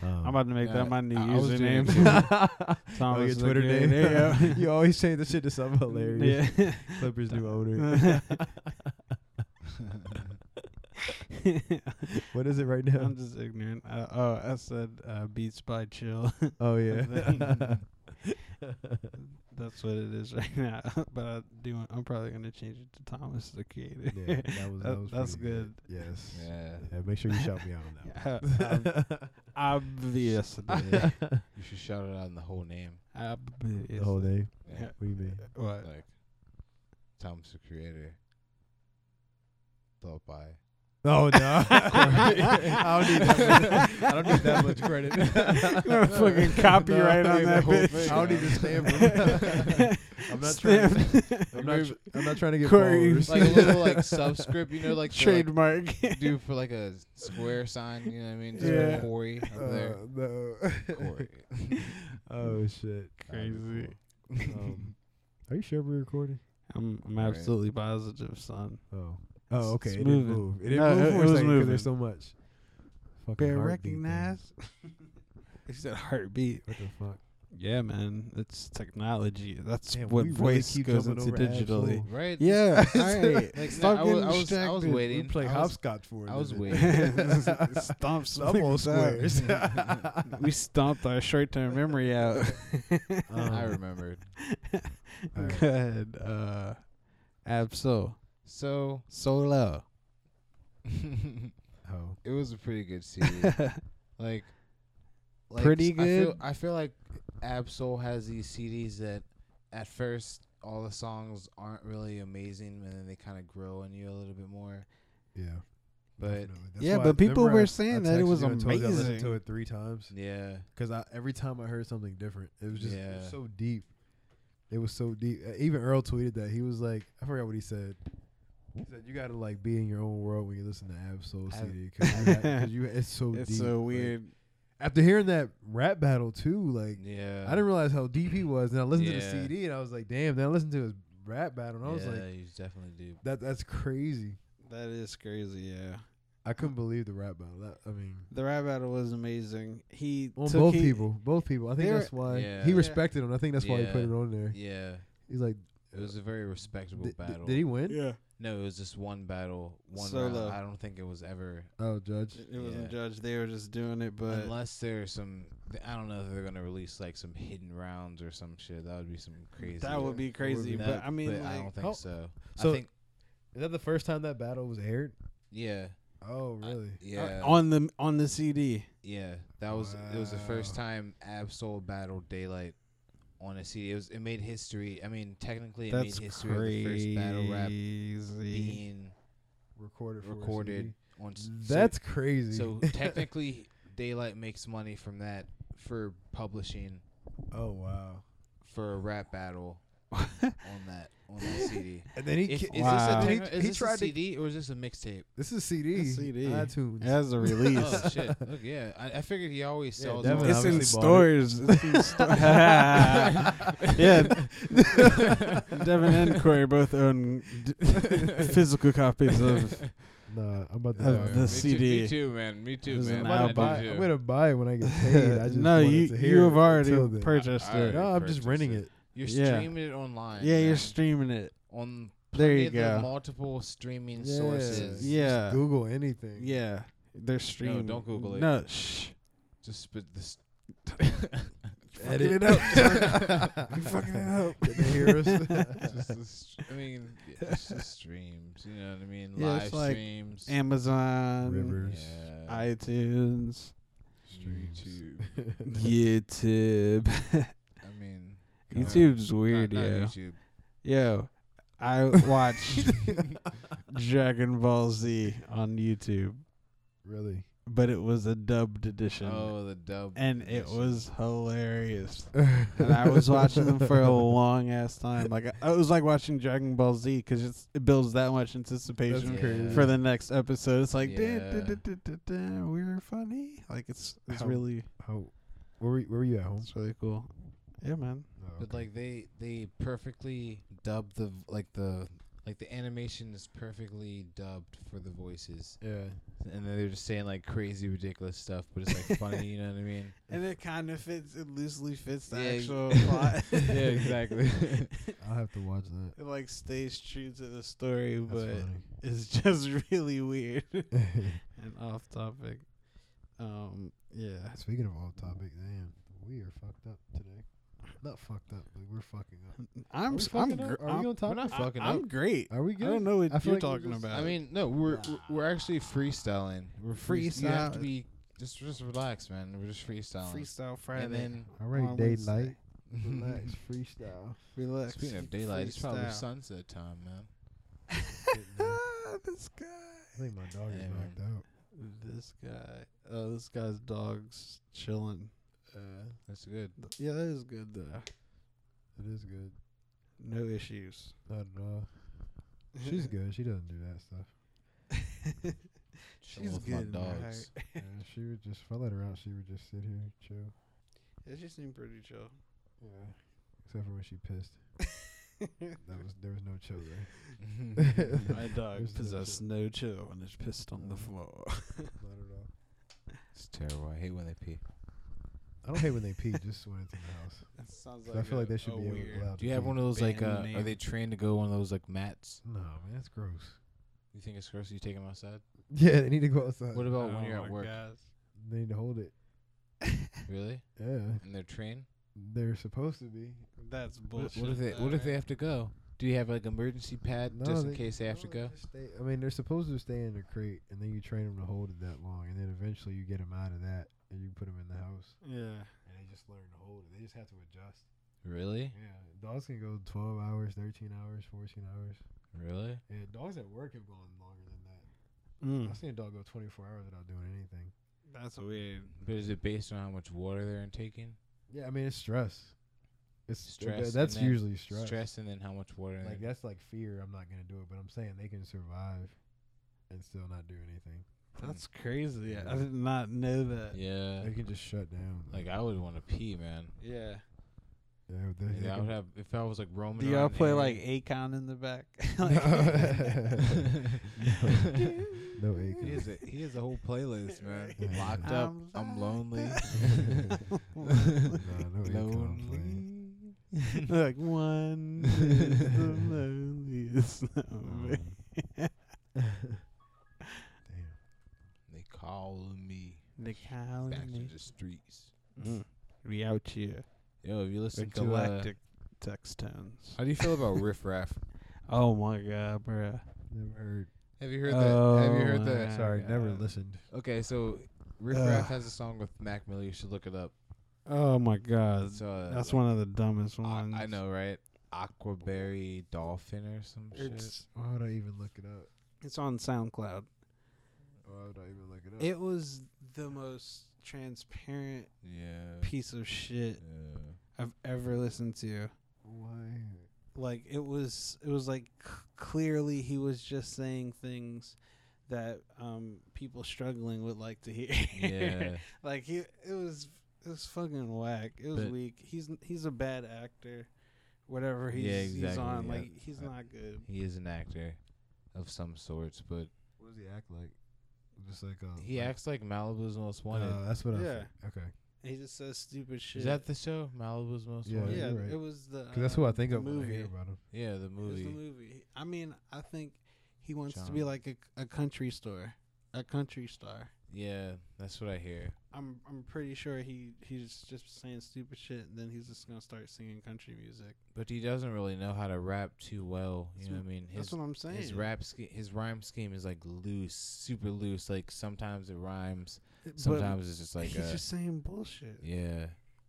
Um,
I'm about to make
Uh,
that my new
I- I was doing
username.
it too.
oh, your
Thomas the
Twitter
Creator.
name.
There you go.
you always change the shit to something hilarious.
Yeah.
Clippers new owner. what is it right now?
I'm just ignorant. Uh, oh, I said uh, Beats by Chill.
Oh yeah.
That's what it is right now. but I do. I'm probably gonna change it to Thomas the Creator.
yeah, that was, that
That-
was
that's
pretty Yes.
yeah.
Yeah, make sure you shout me out on that.
Yeah, um, ob- obviously.
You should shout it out in the whole name.
obviously.
The whole name.
Yeah.
What do you mean?
What?
Like Thomas the creator. Thought by
Oh no! I don't need that. Much. I don't need that much credit.
You're a fucking copyright on that bitch.
I don't need to stamp. it. I'm not trying. To,
Stamp.
I'm not. tr- I'm not trying to get
Corey.
followers.
like a little like subscript, you know, like the, like,
Trademark.
do for like a square sign, you know what I mean? Just
Yeah.
yeah. Corey up
Uh,
there.
no.
Corey.
oh shit!
Crazy.
Um, are you sure we're recording?
I'm, I'm
Alright.
absolutely positive, son.
Oh. Oh okay.
It's
it didn't
moving.
move. It didn't
No,
move
it- it
for a
was
second 'cause
moving.
there's so much. Fucking
Bear
heartbeat thing.
recognize. he said heartbeat.
What the fuck?
Yeah, man. It's technology. That's
Damn,
what
we really
voice
keep
goes
jumping
into
over Ab's
digitally.
hole.
Right?
Yeah.
All
right.
uh, Like,
Fucking
no, I, was, I, was, I was
distracted.
We
waiting.
play
I was,
hopscotch for. a
I was
minute.
waiting.
Stomp some
Double
niggas out.
squares.
we stomped our short-term memory out.
I
Um,
remembered.
Alright.
Good. Uh, Absol.
So
Solo.
it
Oh.
was a pretty good CD. like, like
Pretty
s- I feel-
good?
I feel, like Absol has these CDs that at first all the songs aren't really amazing, and then they kind of grow on you a little bit more.
Yeah,
But
definitely. That's
Yeah,
why-
but people
remember
were
I- I
saying that it
texted
was
you and told you I listened to
amazing.
it three times
yeah,
because I, every time I heard something different, it was just it was
Yeah.
so deep. It was so deep. Uh, Even Earl tweeted that he was like, I forgot what he said. He said you gotta like be in your own world when you listen to Ab Soul
Ab-
CD because you, it's so
It's
deep.
so
like,
weird.
after hearing that rap battle too, like
yeah.
I didn't realize how deep he was, and I listened to
Yeah.
the CD and I was like, damn. Then I listened to his rap battle and I was
yeah,
like,
you definitely do.
that that's crazy.
that is crazy. Yeah,
I couldn't believe the rap battle. That, I mean,
the rap battle was amazing. He
on
took
both
he-
people, both people. I think
They're-
that's why
Yeah.
he
Yeah.
respected him. I think that's why he put
Yeah.
it on there.
Yeah,
He's like,
it was a very respectable
"Did- did-
battle.
did he win?
Yeah,
No, it was just one battle, one
Solo.
round. I don't think it was ever.
Oh, judge.
it, it wasn't
Yeah.
judged. They were just doing it, but
unless there's some, I don't know if they're gonna release like some hidden rounds or some shit. That would be some crazy.
that would be crazy.
No,
but I mean,
but
like,
I don't think
Oh.
so.
So-
I think,
Is that the first time that battle was aired?
yeah,
Oh,
I-
really?
yeah,
on the on the CD.
yeah. That was it. Was the first
Wow.
time Absol battled Daylight on a CD. It was it made history. I mean, technically, it
That's
made history of the first battle rap
crazy.
being
recorded. For a
recorded on. s-
CD?
so-
That's crazy.
so technically, Daylight makes money from that for publishing
oh wow.
for a rap battle on that on that CD.
And then he
If,
ki-
is
Wow.
this a,
he,
techno- is
he
this
tried
a CD or is this a mixtape?
to. This is CD.
That's CD.
iTunes.
As a release,
Oh shit! Look, yeah, I, I figured he always
Yeah,
sells.
Devin
all-
it's in
obviously bought it.
stores. It's in sto- yeah, Devin and Corey both own d- physical copies of.
Nah, I'm about to.
Of
buy it.
the
Me
CD.
Too, me too, man. Me too,
This is
man.
an
I
I'm,
album.
do
about to buy,
too.
I'm gonna buy it when I get paid. I just
no,
wanted
you
to hear
you have
it
already
until then.
purchased
I- I-
it.
No, I'm just
purchased
renting
it.
it.
You're
Yeah.
streaming it online.
yeah, you're
man.
streaming it.
on
There
plenty
you
of the
go.
multiple streaming
Yeah.
sources.
Yeah,
Google anything.
yeah. They're streaming.
don't Google it.
No, shh.
Just spit this.
it
Edit.
up. you fucking it up.
Did they hear us?
Just the str- I mean, yeah, it's just streams. You know what I mean?
Yeah,
Live
it's like
streams.
Amazon,
yeah.
Rivers.
iTunes,
Streams.
YouTube.
YouTube.
I mean, come on.
YouTube's weird,
Not, not
yo.
YouTube.
Yo, I watched Dragon Ball Z on YouTube,
Really?
but it was a dubbed edition.
Oh, the dub.
And it
edition.
was hilarious. and I was watching them for a long ass time. Like uh, oh, I, it was like watching Dragon Ball Z because it builds that much
That's
anticipation
Yeah.
crazy.
for the next episode. It's like "Duh, duh,
Yeah.
duh, duh, duh, duh, we're funny. Like it's it's
How-
really
How, where, were, where were you at home?
it's really cool. Yeah, man.
But like they they perfectly dubbed the v- like the like the animation is perfectly dubbed for the voices,
yeah.
and then they're just saying like crazy ridiculous stuff, but it's like funny. You know what I mean?
And it kind of fits. It loosely fits the
Yeah, ex-
actual plot.
yeah, exactly.
I'll have to watch that.
It like stays true to the story,
That's
but it's just really weird
funny.
and off topic. Um, yeah.
Speaking of off topic, damn, we are fucked up today. Not fucked up, but we're fucking up.
I'm
we
s- I'm
fucking
gr-
up? Are we
I'm,
on top?
We're not
I-
fucking
I'm
up.
great.
Are we
I don't
good?
know what
I feel
you're
like we're
talking
just-
about.
I mean, no, we're we're- we're actually freestyling. We're freest- You have to
Freestyle.
be just just relax, man. We're just freestyling.
freestyle Friday.
and then
All right,
on
daylight.
Wednesday.
Relax, freestyle.
relax.
speaking of daylight, it's probably
freestyle.
sunset time, man.
this guy.
I think my dog is
Yeah,
knocked out.
This guy. Oh, this guy's dog's chilling.
Uh,
That's good.
Yeah, that is good though.
it is good.
No issues.
Not at all. She's good. She doesn't do that stuff.
She's
Chilling with my
good, man.
dogs.
Yeah, she would just, if I let her out, she would just sit here and chill.
Yeah, she seemed pretty chill.
Yeah. Except for when she pissed. that was there was no chill there.
My dog
There's no
possessed no chill and is pissed on the
Mm.
Mhm.
floor.
Not at all.
it's terrible. I hate when they pee.
I don't hate when they pee. Just when it's in the house.
That sounds
'Cause I feel like they should be able allowed.
Do you have one of those like?
Band
Uh, are
name.
they trained to go one of those like mats?
No, man, that's gross.
You think it's gross? You take them outside?
Yeah, they need to go outside.
What about Oh, when you're at work?
They need to hold it.
Really?
Yeah,
And they're trained?
they're supposed to be.
That's
What,
bullshit.
what if they? What if they have to go? Do you have like emergency pad
No,
just in
they-
case they have to
no,
go?
just Stay, I mean, they're supposed to stay in the crate, and then you train them to hold it that long, and then eventually you get them out of that, and you put them in the house,
Yeah.
and they just learn to hold it. They just have to adjust.
Really?
Yeah, dogs can go 12 hours, 13 hours, 14 hours.
Really?
Yeah, dogs at work have gone longer than that.
Mm,
I've seen a dog go 24 hours without doing anything.
that's weird.
But is it based on how much water they're intaking?
Yeah, I mean it's stress. It's
Stress
stress.
and
That's
then
usually stress.
Stress and then how much water?
Like
they're-
that's like fear. I'm not gonna do it, but I'm saying they can survive and still not do anything.
That's crazy. I
Yeah.
did not know that.
yeah.
They can just shut down.
Like I would want to pee, man.
Yeah.
yeah, they- they
Yeah, I
can-
would have if I was like roaming.
Do y'all
around the
play
area-
like Akon in the back?
no acres.
he has a he has a whole playlist, man.
Right.
Locked up,
I'm
I'm
locked
lonely.
Nah, no acres I'm playing.
like one is the loneliest
Mm.
number.
Um, Damn.
They call me
They call
back to
me.
the streets.
Mm. uh, We out here.
Yo, if you listen to uh,
Galactic text tones.
how do you feel about Riff Raff?
Oh my god, bruh.
Never heard.
Have you heard
Oh
that? Have you heard
my
that?
Sorry, never
God.
listened.
Okay, so Riff Raff
Ugh.
has a song with Mac Miller. You should look it up.
Oh my god.
It's, uh,
That's
like,
one of the dumbest ones.
I, I know, right? Aquaberry Dolphin or some shit.
It's
Why would I even look it up?
it's on SoundCloud.
Why would I even look it up?
It was the most transparent
Yeah.
piece of shit
yeah.
I've ever listened to.
Why?
Like it was it was like c- clearly he was just saying things that um people struggling would like to hear.
Yeah.
like he it was it was fucking whack. It was
But-
weak. He's n- he's a bad actor. Whatever he's,
Yeah,
he's
exactly,
on,
yeah.
like he's
I-
not good.
he is an actor of some sorts, but
What does he act like? Just like
Oh,
um,
he
like,
acts like Malibu's Most Wanted.
Uh, that's what I.
Yeah.
thi- Okay.
He just says stupid shit.
is that the show? Malibu's Most
Yeah,
Wanted?
yeah,
you're right.
it was the.
Because that's who
uh,
I think
the
of when I
movie.
hear about him.
Yeah, the
It was
movie.
the movie. I mean, I think he wants to be
John.
like a, a country store, a country star.
Yeah, that's what I hear.
I'm I'm pretty sure he he's just saying stupid shit, and then he's just gonna start singing country music.
But he doesn't really know how to rap too well. You
That's
know
what-
what I mean? His
That's what I'm saying.
his rap sch- his rhyme scheme is like loose, super loose. Like sometimes it rhymes,
But
sometimes it's just like
he's
uh,
just saying bullshit.
yeah.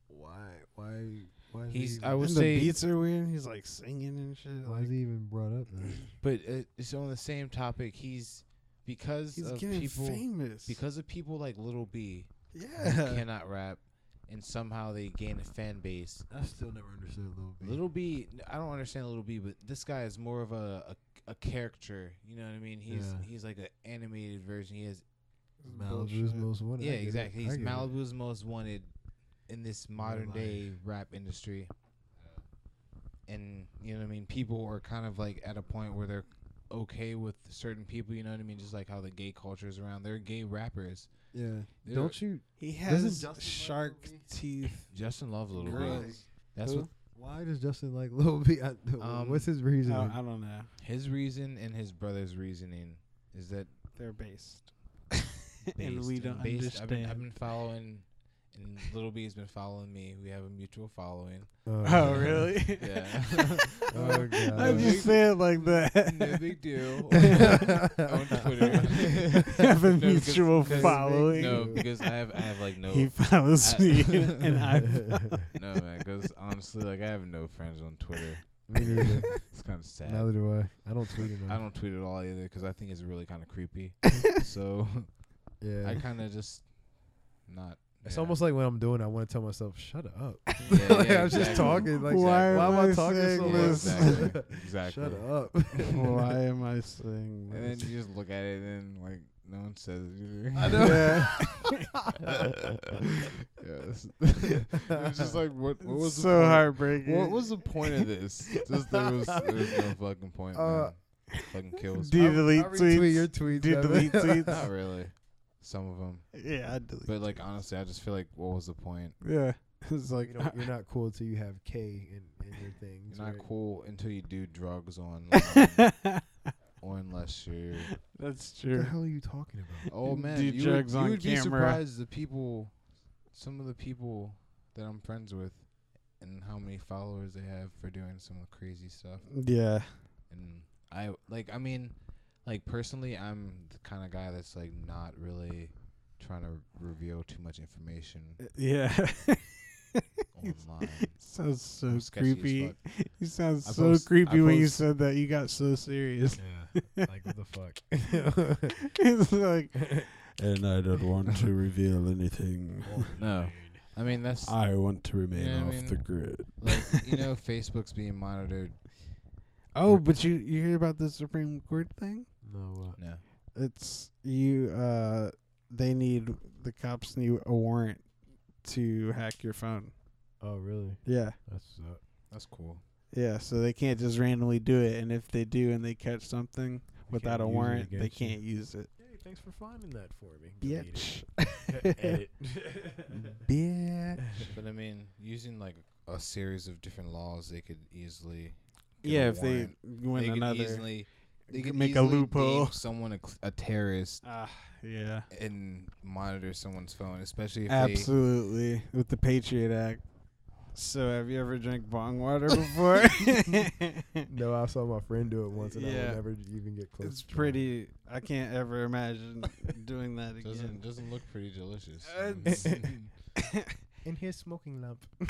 Why? Why? Why? Is
He's
he
I
even,
would
and the
say,
beats are weird. and He's like singing and shit.
why
Like
is he even brought up? Then?
but it, it's on the same topic. He's because
he's
of
getting
people
famous.
because of people like Little B who
yeah,
cannot rap, and somehow they gain a fan base.
I still never understood Little B.
Little B, I don't understand Little B, but this guy is more of a a, a character. You know what I mean? He's
Yeah.
he's like an animated version. He has
Malibu's most wanted.
yeah,
I get it.
exactly.
I
He's
get it.
Malibu's most wanted in this modern
life.
day rap industry. And you know what I mean? People are kind of like at a point where they're okay with certain people, you know what I mean? Just like how the gay culture is around. They're gay rappers.
Yeah.
They're-
Don't you?
he
Doesn't
has
Justin like
shark
Little B?
teeth.
Justin loves Little
Girl.
B.
Why?
That's
Who?
what
Why does Justin like Little B? I,
Um,
what's his reason?
oh, I, I don't know.
his reason and his brother's reasoning is that
They're based,
based,
and we don't
based-
understand.
I've been, I've been following and Little B's been following me. We have a mutual following.
Oh really?
Yeah.
Oh, God.
I just say it like that.
no big deal.
on
on Twitter.
have a
No, because-
mutual
because-
following.
No, because I have I have like no
He follows
I-
me, and I.
no man. Because honestly, like I have no friends on Twitter.
Me neither.
It's kind of sad.
Neither do I. I don't tweet enough.
I don't tweet at all either because I think it's really kind of creepy. so
Yeah.
I kind of just not.
It's
yeah.
almost like when I'm doing, I want to tell myself, "Shut up."
Yeah, yeah,
like, I'm
exactly.
just talking. Like,
Why
why,
am
am
I
I talking so
saying
much?
this?
Exactly. Exactly.
Shut up.
Why am I saying
And then
this?
you just look at it and like no one says it either.
I know.
yes. it's just like what? What was
It's
the
so
point?
heartbreaking.
What was the point of this? Just there was, there was no fucking point.
Uh,
man. Fucking kills.
Do you delete
I retweet
tweets?
your tweets.
Do you
Evan.
delete tweets?
Not really. Some of them,
yeah, I delete.
but like honestly, I just feel like what was the point?
yeah, it's like
you don't, you're not cool till you have K in, in your things.
You're not
right?
cool until you do drugs on, or unless you're.
that's
What
true.
the hell are you talking about?
Oh man,
Do
you
drugs
would,
on
you would be
camera.
surprised the people, some of the people that I'm friends with, and how many followers they have for doing some of the crazy stuff.
Yeah,
and I like I mean, like personally, I'm the kind of guy that's like not really trying to reveal too much information
yeah.
online.
sounds so
I'm sketchy as
creepy.
fuck.
You sound
I
so
post-
creepy
I
when you
post-
said that. You got so serious.
Yeah. like what the fuck?
it's like
And I don't want to reveal anything.
No. I mean, that's
Uh,
I want to remain
Yeah, I
off
mean-
the grid.
like you know, Facebook's being monitored.
oh, but you you hear about the Supreme Court thing?
No. uh,
No.
It's you. Uh, they need the cops need a warrant to hack your phone.
Uh, oh really?
Yeah,
That's uh, up.
That's cool.
yeah. So they can't just randomly do it, and if they do and they catch something without
can't
a
use it
warrant, they
against you.
can't use it.
Hey, thanks for finding that for me.
Bitch,
Edit.
bitch.
But I mean, using like a series of different laws, they could easily. get a
Yeah, if they
warrant.
win
they
another,
could easily they
g-
could
make a
easily
loophole.
deem someone a, cl- a terrorist
Ah, yeah.
and monitor someone's phone, especially if they.
Absolutely, with the Patriot Act. So, have you ever drank bong water before?
no, I saw my friend do it once, and I
Yeah.
would never even get close.
it's
to trying.
pretty. I can't ever imagine doing that
Doesn't
again.
doesn't look pretty delicious.
Uh,
Um,
In his smoking lamp.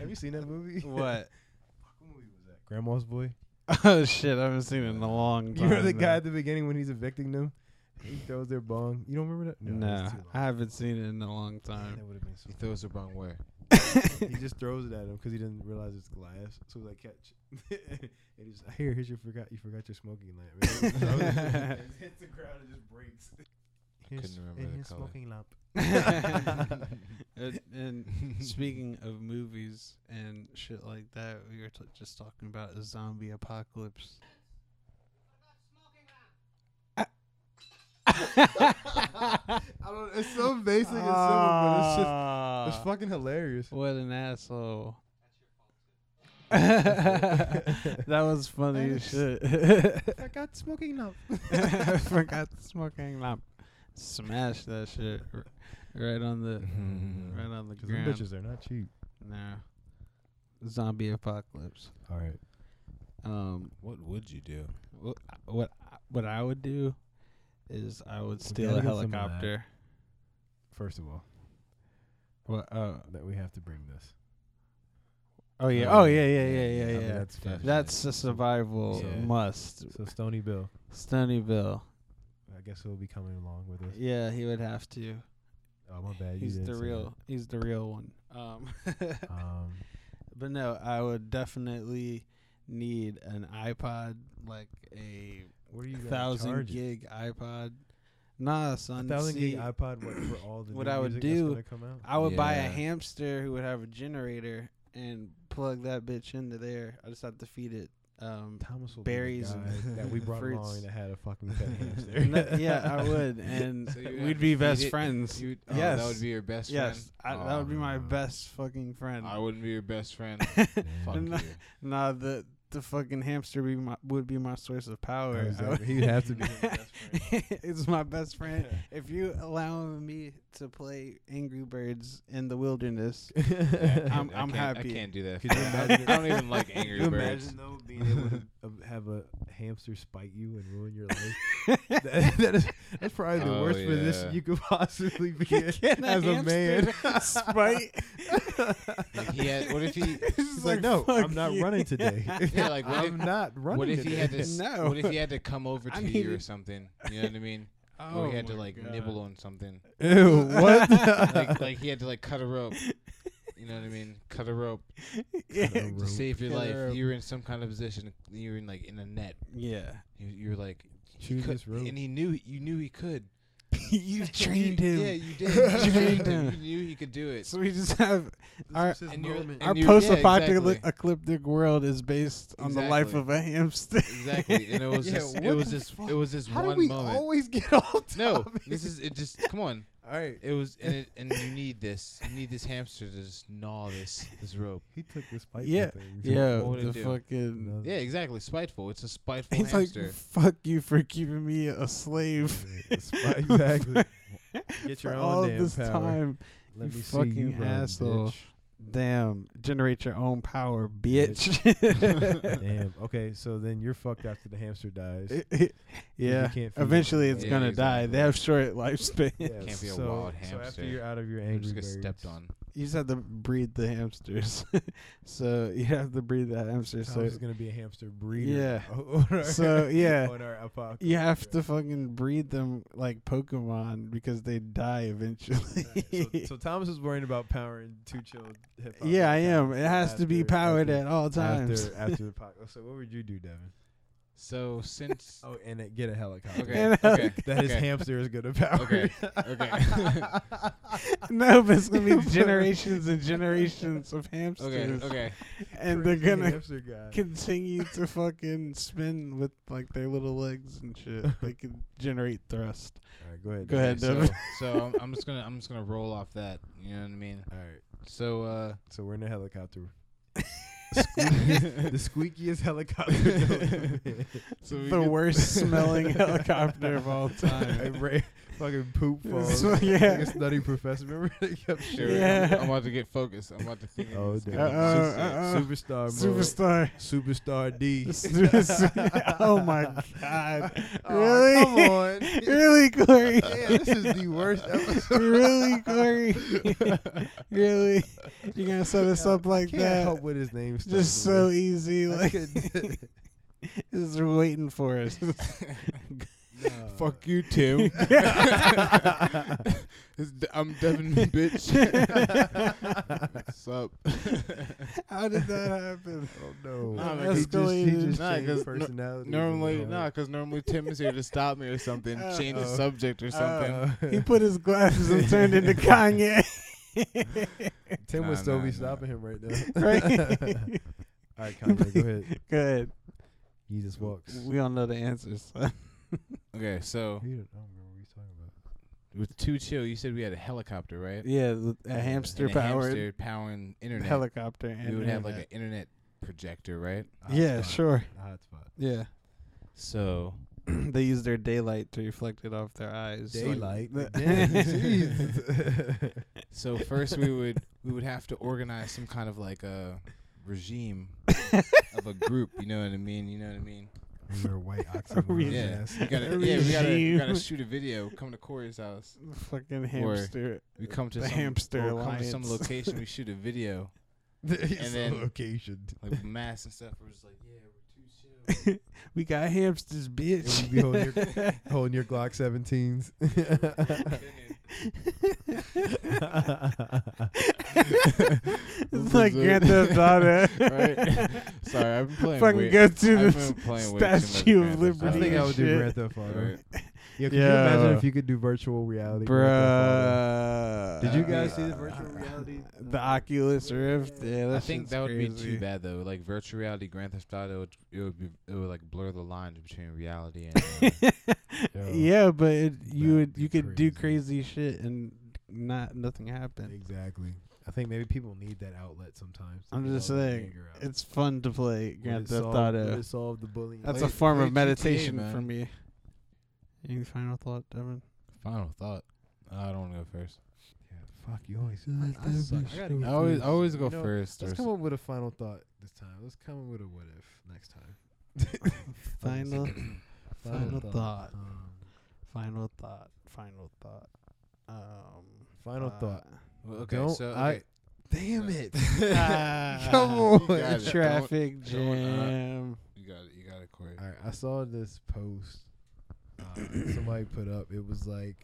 Have you seen that movie?
what?
What movie was that? Grandma's Boy.
Oh shit! I haven't seen it in a long
You
time.
remember the
now.
guy at the beginning when he's evicting them? He throws their bong. You don't remember that?
No,
that's too long.
I haven't seen it in a long
Man,
time.
that would have been so.
he throws the wrong way.
he just throws it at him because he didn't realize it's glass. So he's like, catch. and he's just, here, here's your forgot. You forgot your smoking lamp. man." He throws it, it hits the ground and just breaks.
Couldn't remember
and
the
his
color.
smoking lamp.
and, and speaking of movies and shit like that, we were t- just talking about a zombie apocalypse.
I don't. It's so basic and simple, but it's just
Ah.
it's fucking hilarious.
What an asshole. that was funny as shit.
I got smoking lamp.
Forgot the smoking lamp. Smash that shit r- right on the right on the ground.
bitches are not cheap.
No. Zombie apocalypse.
All right.
Um
what would you do?
what what I- what I would do is I would steal
gotta
a
get some of that.
helicopter.
First of all, uh,
What oh,
that we have to bring this.
oh yeah.
Oh,
Oh yeah, yeah, yeah,
yeah, yeah,
yeah, yeah.
I mean, that's fact.
That's a survival
Yeah.
must.
So Stony Bill,
Stonyville.
I guess he'll be coming along with us.
Yeah, he would have to.
Oh my bad. you
He's
didn't
the
say
real. He's the real one. Um,
that. Um,
but no, I would definitely need an iPod, like a
what are you gonna
thousand
charge it?
gig iPod. Nah,
A
son.
thousand
see,
gig iPod what, for all the
what
new
I would
music that's
do-
gonna come out?
I would buy a
Yeah.
hamster who would have a generator and plug that bitch into there. I just have to feed it. Um,
Thomas will
berries
be the
and
guy that we brought
fruits.
along that had a fucking pet hamster.
no- yeah, I would, and
So you would have
we'd
to
be
feed
best
it-
friends.
You, oh,
yes,
that would be your best
yes, I,
friend.
that would be my
Oh,
best fucking friend.
I wouldn't be your best friend. Fuck
No.
you.
Nah, the the fucking hamster be my, would be my source of power.
Oh,
I
exactly. He'd have to be.
would- it's my best friend. If you allow me to play Angry Birds in the wilderness,
I
I'm-
can't-
I'm
I can't-
happy.
I can't do that.
Could you
I- I-
imagine-
I don't even like
Can
Angry
you
Birds.
imagine though being able to uh, have a hamster spite you and ruin your life? That- that is, that's probably the
Oh,
worst position
yeah.
you could possibly be in
Can a
as a man.
spite.
Like, he had, what if he?
He's like, no, I'm
fuck
not
you."
running today.
Yeah, like what if,
I'm not running.
what if he
today.
had to? s-
No.
What if he had to come over
I
to you or
needed-
something? You know what I mean?
Oh,
Or he had to
my
like
God.
nibble on something.
Ew, what?
Like like he had to like cut a rope. You know what I mean? Cut a rope
Yeah.
to save your
Cut a
life.
rope.
You were in some kind of position. You were in like in a net.
yeah.
You, you were like, he
Choose
could-
this rope.
and he knew you knew he could.
you trained
You-
him.
Yeah, you did. You trained
Trained
him.
him.
You knew he could do it.
So we just have our
This is his
and you're-
moment.
and
our
you- yeah,
post-apocalyptic
exactly.
world is based on the life
Exactly.
of a hamster.
Exactly. And it was
Yeah,
just it
what
was
the
just
fuck?
it was just
How do
one
we
moment.
always get off?
no, this is it. Just come on.
all right.
It was and it, and you need this. You need this hamster to just gnaw this this rope.
He took this fight.
Yeah.
thing.
Yeah,
What would it
the
do?
fucking.
No.
Yeah, exactly. Spiteful. It's a spiteful
He's like,
hamster.
fuck you for keeping me a slave
It's fi- exactly. Get
for
your
all
own damn
this
power.
time.
Let
you
me see
fucking
you run,
asshole.
bitch.
Damn, generate your own power, bitch.
Damn. Okay, so then you're fucked after the hamster dies.
yeah,
can't feed
eventually
it.
it's
Yeah,
gonna die.
exactly.
They have short lifespan.
Yeah,
Can't be a
so,
wild
So after
hamster.
you're out of your
You
angry
just get
birds,
stepped on.
you just have to breed the hamsters. so you have to breed the hamsters.
Tom's
So
is gonna be a hamster breeder.
Yeah.
on our-
So, yeah.
on our apocalypse.
you have to fucking breed them like Pokemon because they die eventually.
Alright, so, so Thomas is worrying about powering two chilled hip hop.
yeah, I am. It has to be powered at all times.
After, after the apocalypse. So what would you do, Devin?
So since
Oh, and it, get a helicopter.
okay,
And, uh,
okay,
That his
okay.
hamster is gonna power.
Okay, okay.
no, but it's gonna be generations and generations of hamsters,
okay, okay.
and they're
Crazy
gonna
hamster guy.
continue to fucking spin with like their little legs and shit. They can generate thrust.
All right, go ahead.
Go ahead,
so,
Devin.
so I'm, I'm just gonna I'm just gonna roll off that. You know what I mean?
All right,
So uh,
so we're in a helicopter. Squeaky- the squeakiest helicopter. known to man.
so we
the
get-
worst smelling helicopter of all
Hey,
time.
Ray, fucking poop falls.
So, yeah.
Like a snotty professor. Remember they kept
Sure,
shooting.
Yeah.
I'm, I'm about to get focused. I'm about to think.
Oh,
it's
damn.
gonna be
Uh-oh,
success.
uh-oh.
Superstar, Superstar,
Superstar.
Superstar D.
oh my god!
Aw,
Really?
come on.
really, Corey?
Damn, this is the worst episode.
really, Corey? really? You're gonna set us up like
Can't
that?
help with his name. starts
Just so
with.
easy,
I
like
could-
just waiting for us.
No.
e-
Fuck you, Tim. It's De- I'm Devin, bitch. What's up?
How did that happen?
Oh no!
Nah,
He
because-
just- he
Escalated.
just
Nah,
changed
'cause no-
personalities
normally,
and all.
nah, because normally Tim is here to stop me or something,
Uh,
change the
oh.
subject or something.
Uh, he put his glasses and turned into Kanye.
Tim
Nah,
would still
nah,
be
nah.
stopping him right now.
right?
All right, Kanye, go ahead.
Good.
He just walks. We
We all know the answers.
okay, so
don't know what we talking about.
with two chill, you said we had a helicopter, right?
yeah, the- a hamster
And a
powered
hamster powering internet.
helicopter.
we
And
would have like an
internet.
internet projector, right?
yeah,
Hotspot.
sure.
Hotspot.
Yeah,
So
they use their daylight to reflect it off their eyes.
Daylight.
the-
Damn, jeez.
So first we would we would have to organize some kind of like a regime of a group. You know what I mean? You know what I mean?
we were white oxymoron.
Reason.
Yeah.
ass.
We gotta,
A
yeah, we gotta, we
regime.
gotta shoot a video. Come to Corey's house.
fucking
Or
hamster.
We come to
The
some,
hamster
or come to some
alliance.
location. We shoot a video,
It's a
then-
location.
like with masks and stuff. We're just like, yeah, we're too chill.
We got hamsters,
And
bitch.
we'd be holding your, holding your Glock 17s.
it's like Grand Theft Auto.
right? Sorry, I've been playing.
Fucking
way-
go to
I've
this
been playing way too much
Statue
Grand
of
Theft
Liberty.
I
Auto.
think I would
Shit.
do Grand Theft Auto.
Alright.
Yeah, could you imagine
Yo.
if you could do virtual reality? Grand Theft Auto?
Bruh.
Did you guys see the virtual reality?
Uh, The Oculus Rift. Yeah, that
I think
shit's
that would be
crazy.
too bad though. Like virtual reality, Grand Theft Auto, it would- it would be it would like blur the lines between reality and. Uh,
Yo,
Yeah, but it, you
That'd
would
Oh, be
you could do crazy
crazy.
shit and not nothing happened.
Exactly. I think maybe people need that outlet sometimes. to
I'm
get
just
all their
saying,
anger out.
it's fun to play
Would
Grand
it
Theft
solve- would
Auto.
it solve the bullying.
That's
play-
a form
play
of
GTA,
meditation for
man.
me. Any final thought, Devin?
Final thought. I don't want to go first.
Yeah, fuck you always. I, I
that'd
suck.
be
I gotta go
I always,
first.
I always go
You know,
first.
Let's
Or
come up with a final thought this time. Let's come up with a what if next time.
Final, final
thought.
thought.
Um,
Final thought. Final thought. Um.
final
uh,
thought.
Well, okay,
Don't-
so
I-
okay.
Damn
Uh,
it!
Ah,
Come
you
on.
got it.
The traffic
don't, uh,
jam.
you got it. You got it, Corey.
All right, I saw this post uh, somebody put up. It was like,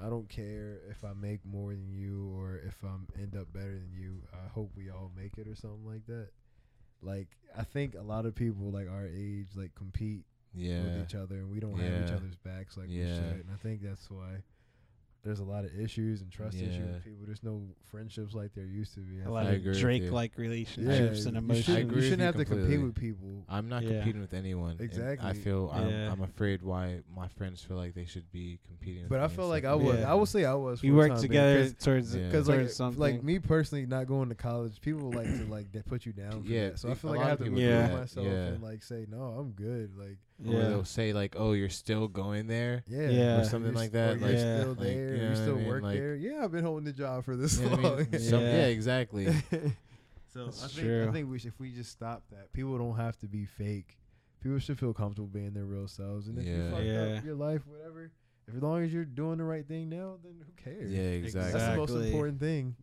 I don't care if I make more than you or if I end up better than you. I hope we all make it or something like that. Like I think a lot of people like our age like compete
Yeah.
with each other, and we don't have each
Yeah.
other's backs like we
Yeah.
should. And I think that's why there's a lot of issues and trust issues
Yeah.
with people. There's no friendships like there used to be. I
A lot
think-
agree
of
with you.
Drake-like relationships and
you,
emotions.
should,
I agree with
not
you
have to compete
completely.
with people.
I'm not
Yeah.
competing with anyone. and I
Exactly.
feel I'm,
Yeah.
I'm afraid why my friends feel like they should be competing. with
But
me
I
and
feel
stuff
like I was.
Yeah.
I would say I was.
We
for a
work
time being,
together
'cause-
towards
Yeah.
because
Because like,
towards something.
like me personally, not going to college, people like to like they put you down. For
Yeah, e,
that. so I
a
feel like
lot
I
of
have to
people
prove
do that,
myself
yeah.
and like say no, I'm good. Like
Or they'll say like, "Oh, you're still going there."
yeah,
Yeah. Or
something
you're
like
s-
that,
Or you're
like-
still
like, you
there.
know
you
what I
still
mean?
work
Like-
there. Yeah, I've been holding the job for this
You know what I
long.
mean? Some-
Yeah.
yeah. exactly.
so
That's
I think I
true.
think we should, if we just stop that, people don't have to be fake. People should feel comfortable being their real selves. And if you
Yeah.
fuck
Yeah.
up your life, whatever, if as long as you're doing the right thing now, then who cares?
Yeah, exactly.
That's the most
Exactly.
important thing.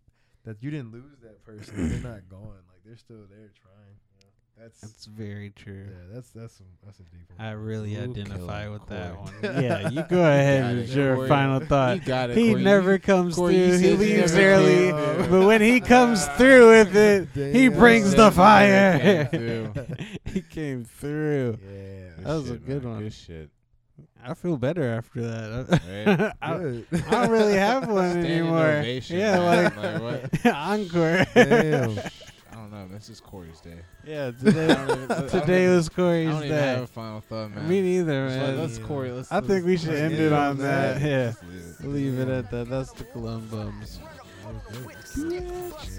that you didn't lose that person. they're not gone. Like they're still there trying. You know? That's
That's very true.
yeah. That's that's some that's a deep one.
I really
Ooh,
identify
killer
with that one.
Corey.
yeah, you go ahead
Got
with
it.
your
Corey.
final thought.
You got it.
He
Corey.
never
You-
comes
Corey, you
through.
said
He
you
leaves
never
early,
came through.
but when he comes through with it, he
Damn.
brings
Yeah,
the
he
fire.
came
he came through.
yeah.
That was a good one.
Good shit.
I feel better after that.
Right.
I, I
Good.
don't really have one
Standing
anymore.
ovation,
Yeah,
man.
like,
Like,
encore.
Damn.
I don't know. This is Corey's day.
yeah, today, today was
I
Corey's
don't even have
day.
a final thought, man.
Me neither,
Just like,
man.
Let's
Yeah.
Corey. Let's.
I think we should
let's
end
leave
it on that. Yeah,
Let's leave it.
leave it at that. That's the Columbums.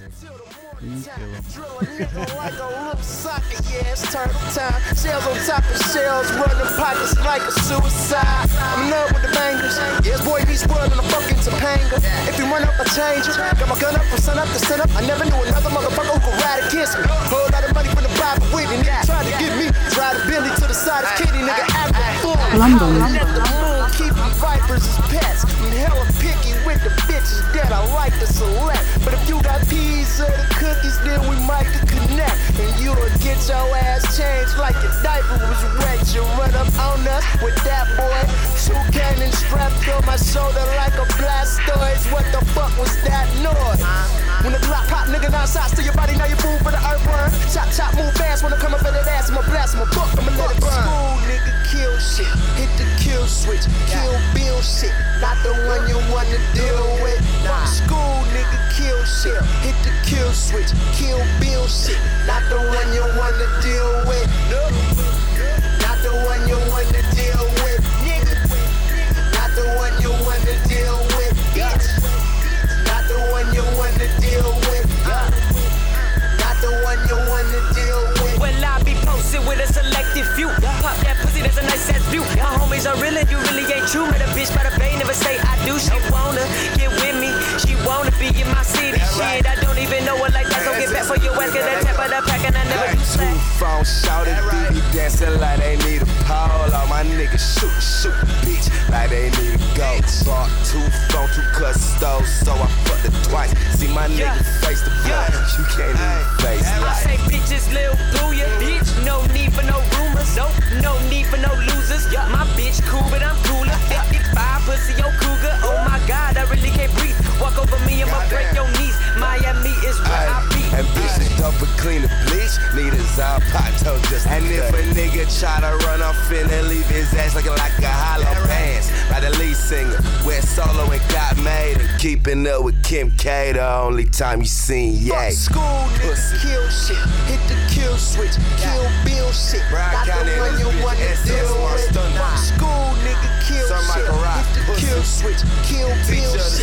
Drill a nigga like a lip socket, yeah, it's turtle time. Shells on top of shells, running pockets like a suicide. I'm numb with the bangers. Yes, boy, be spoiled in a fucking Topanga. If you run up, I change it. Got my gun up from sun up to sun up. I never knew another motherfucker who could ride against me. Whole lot of money for the Bible with me. Nigga tried to get me. Drive the Bentley to the side of Kitty, nigga, act a fool. Hollering at the moon, keeping vipers as pets. I'm hella picky with the bitches that I like to select. But if you got peas or the cookies, then we might could connect. And you'll get your ass changed like your diaper was wet. You run up on us with that boy. Two cannon strapped on my shoulder like a blastoise. What the fuck was that noise? When the block pop, nigga, now shots to your body, now you fool for the earthworm. Chop, chop, move fast when I come up for that ass. I'ma blast, I'ma book, I'ma let it burn. School, nigga, kill shit. Hit the kill switch. Kill bill shit. Not the one you wanna deal with. Nah. School, nigga, kill shit. Hit the kill switch. Kill bill shit. Not the one you wanna deal with. Nope. Not the one you wanna deal with. Nigga. Not the one you wanna deal with. Bitch. Not the one you wanna deal with. Yeah. Not the one you wanna deal with.
Well, I be posted with a selected few. Pop that pussy, that's a nice ass view. My homies are real and you really ain't true. Met a bitch by the bay, never say I do. She wanna get with me, she wanna be in my city. Shit, I don't even know her like that. So get back for your ass, get that tap of the pack, and I never do slack.
Two phone shouted, right. BB dancing like they need a pole. All my niggas shoot, shoot, bitch, like they need a goat. Bought two phone, two custos, so I fucked it twice. See my nigga
Yeah.
face to face,
Yeah.
you can't even face.
I
it.
say bitches, lil booyah, bitch. No need for no rumors, nope. No need for no losers. Yeah, my bitch cool, but I'm cooler. Thick, thick five pussy, yo cougar. Oh my god, I really can't breathe. Walk over me, I'ma break your knees. Miami is where I be.
Ay, And bitches dump and clean the bleach. Leaders all pot toe just And if a nigga try to run off in and leave his ass looking like a hollow pants. By the lead singer, where solo and got made. And keeping up with Kim K, the only time you seen Ye. School niggas kill shit. Hit the kill switch. Kill bill shit. Not the one you want to deal with. School nigga kill shit. Hit the kill switch. Kill bill shit.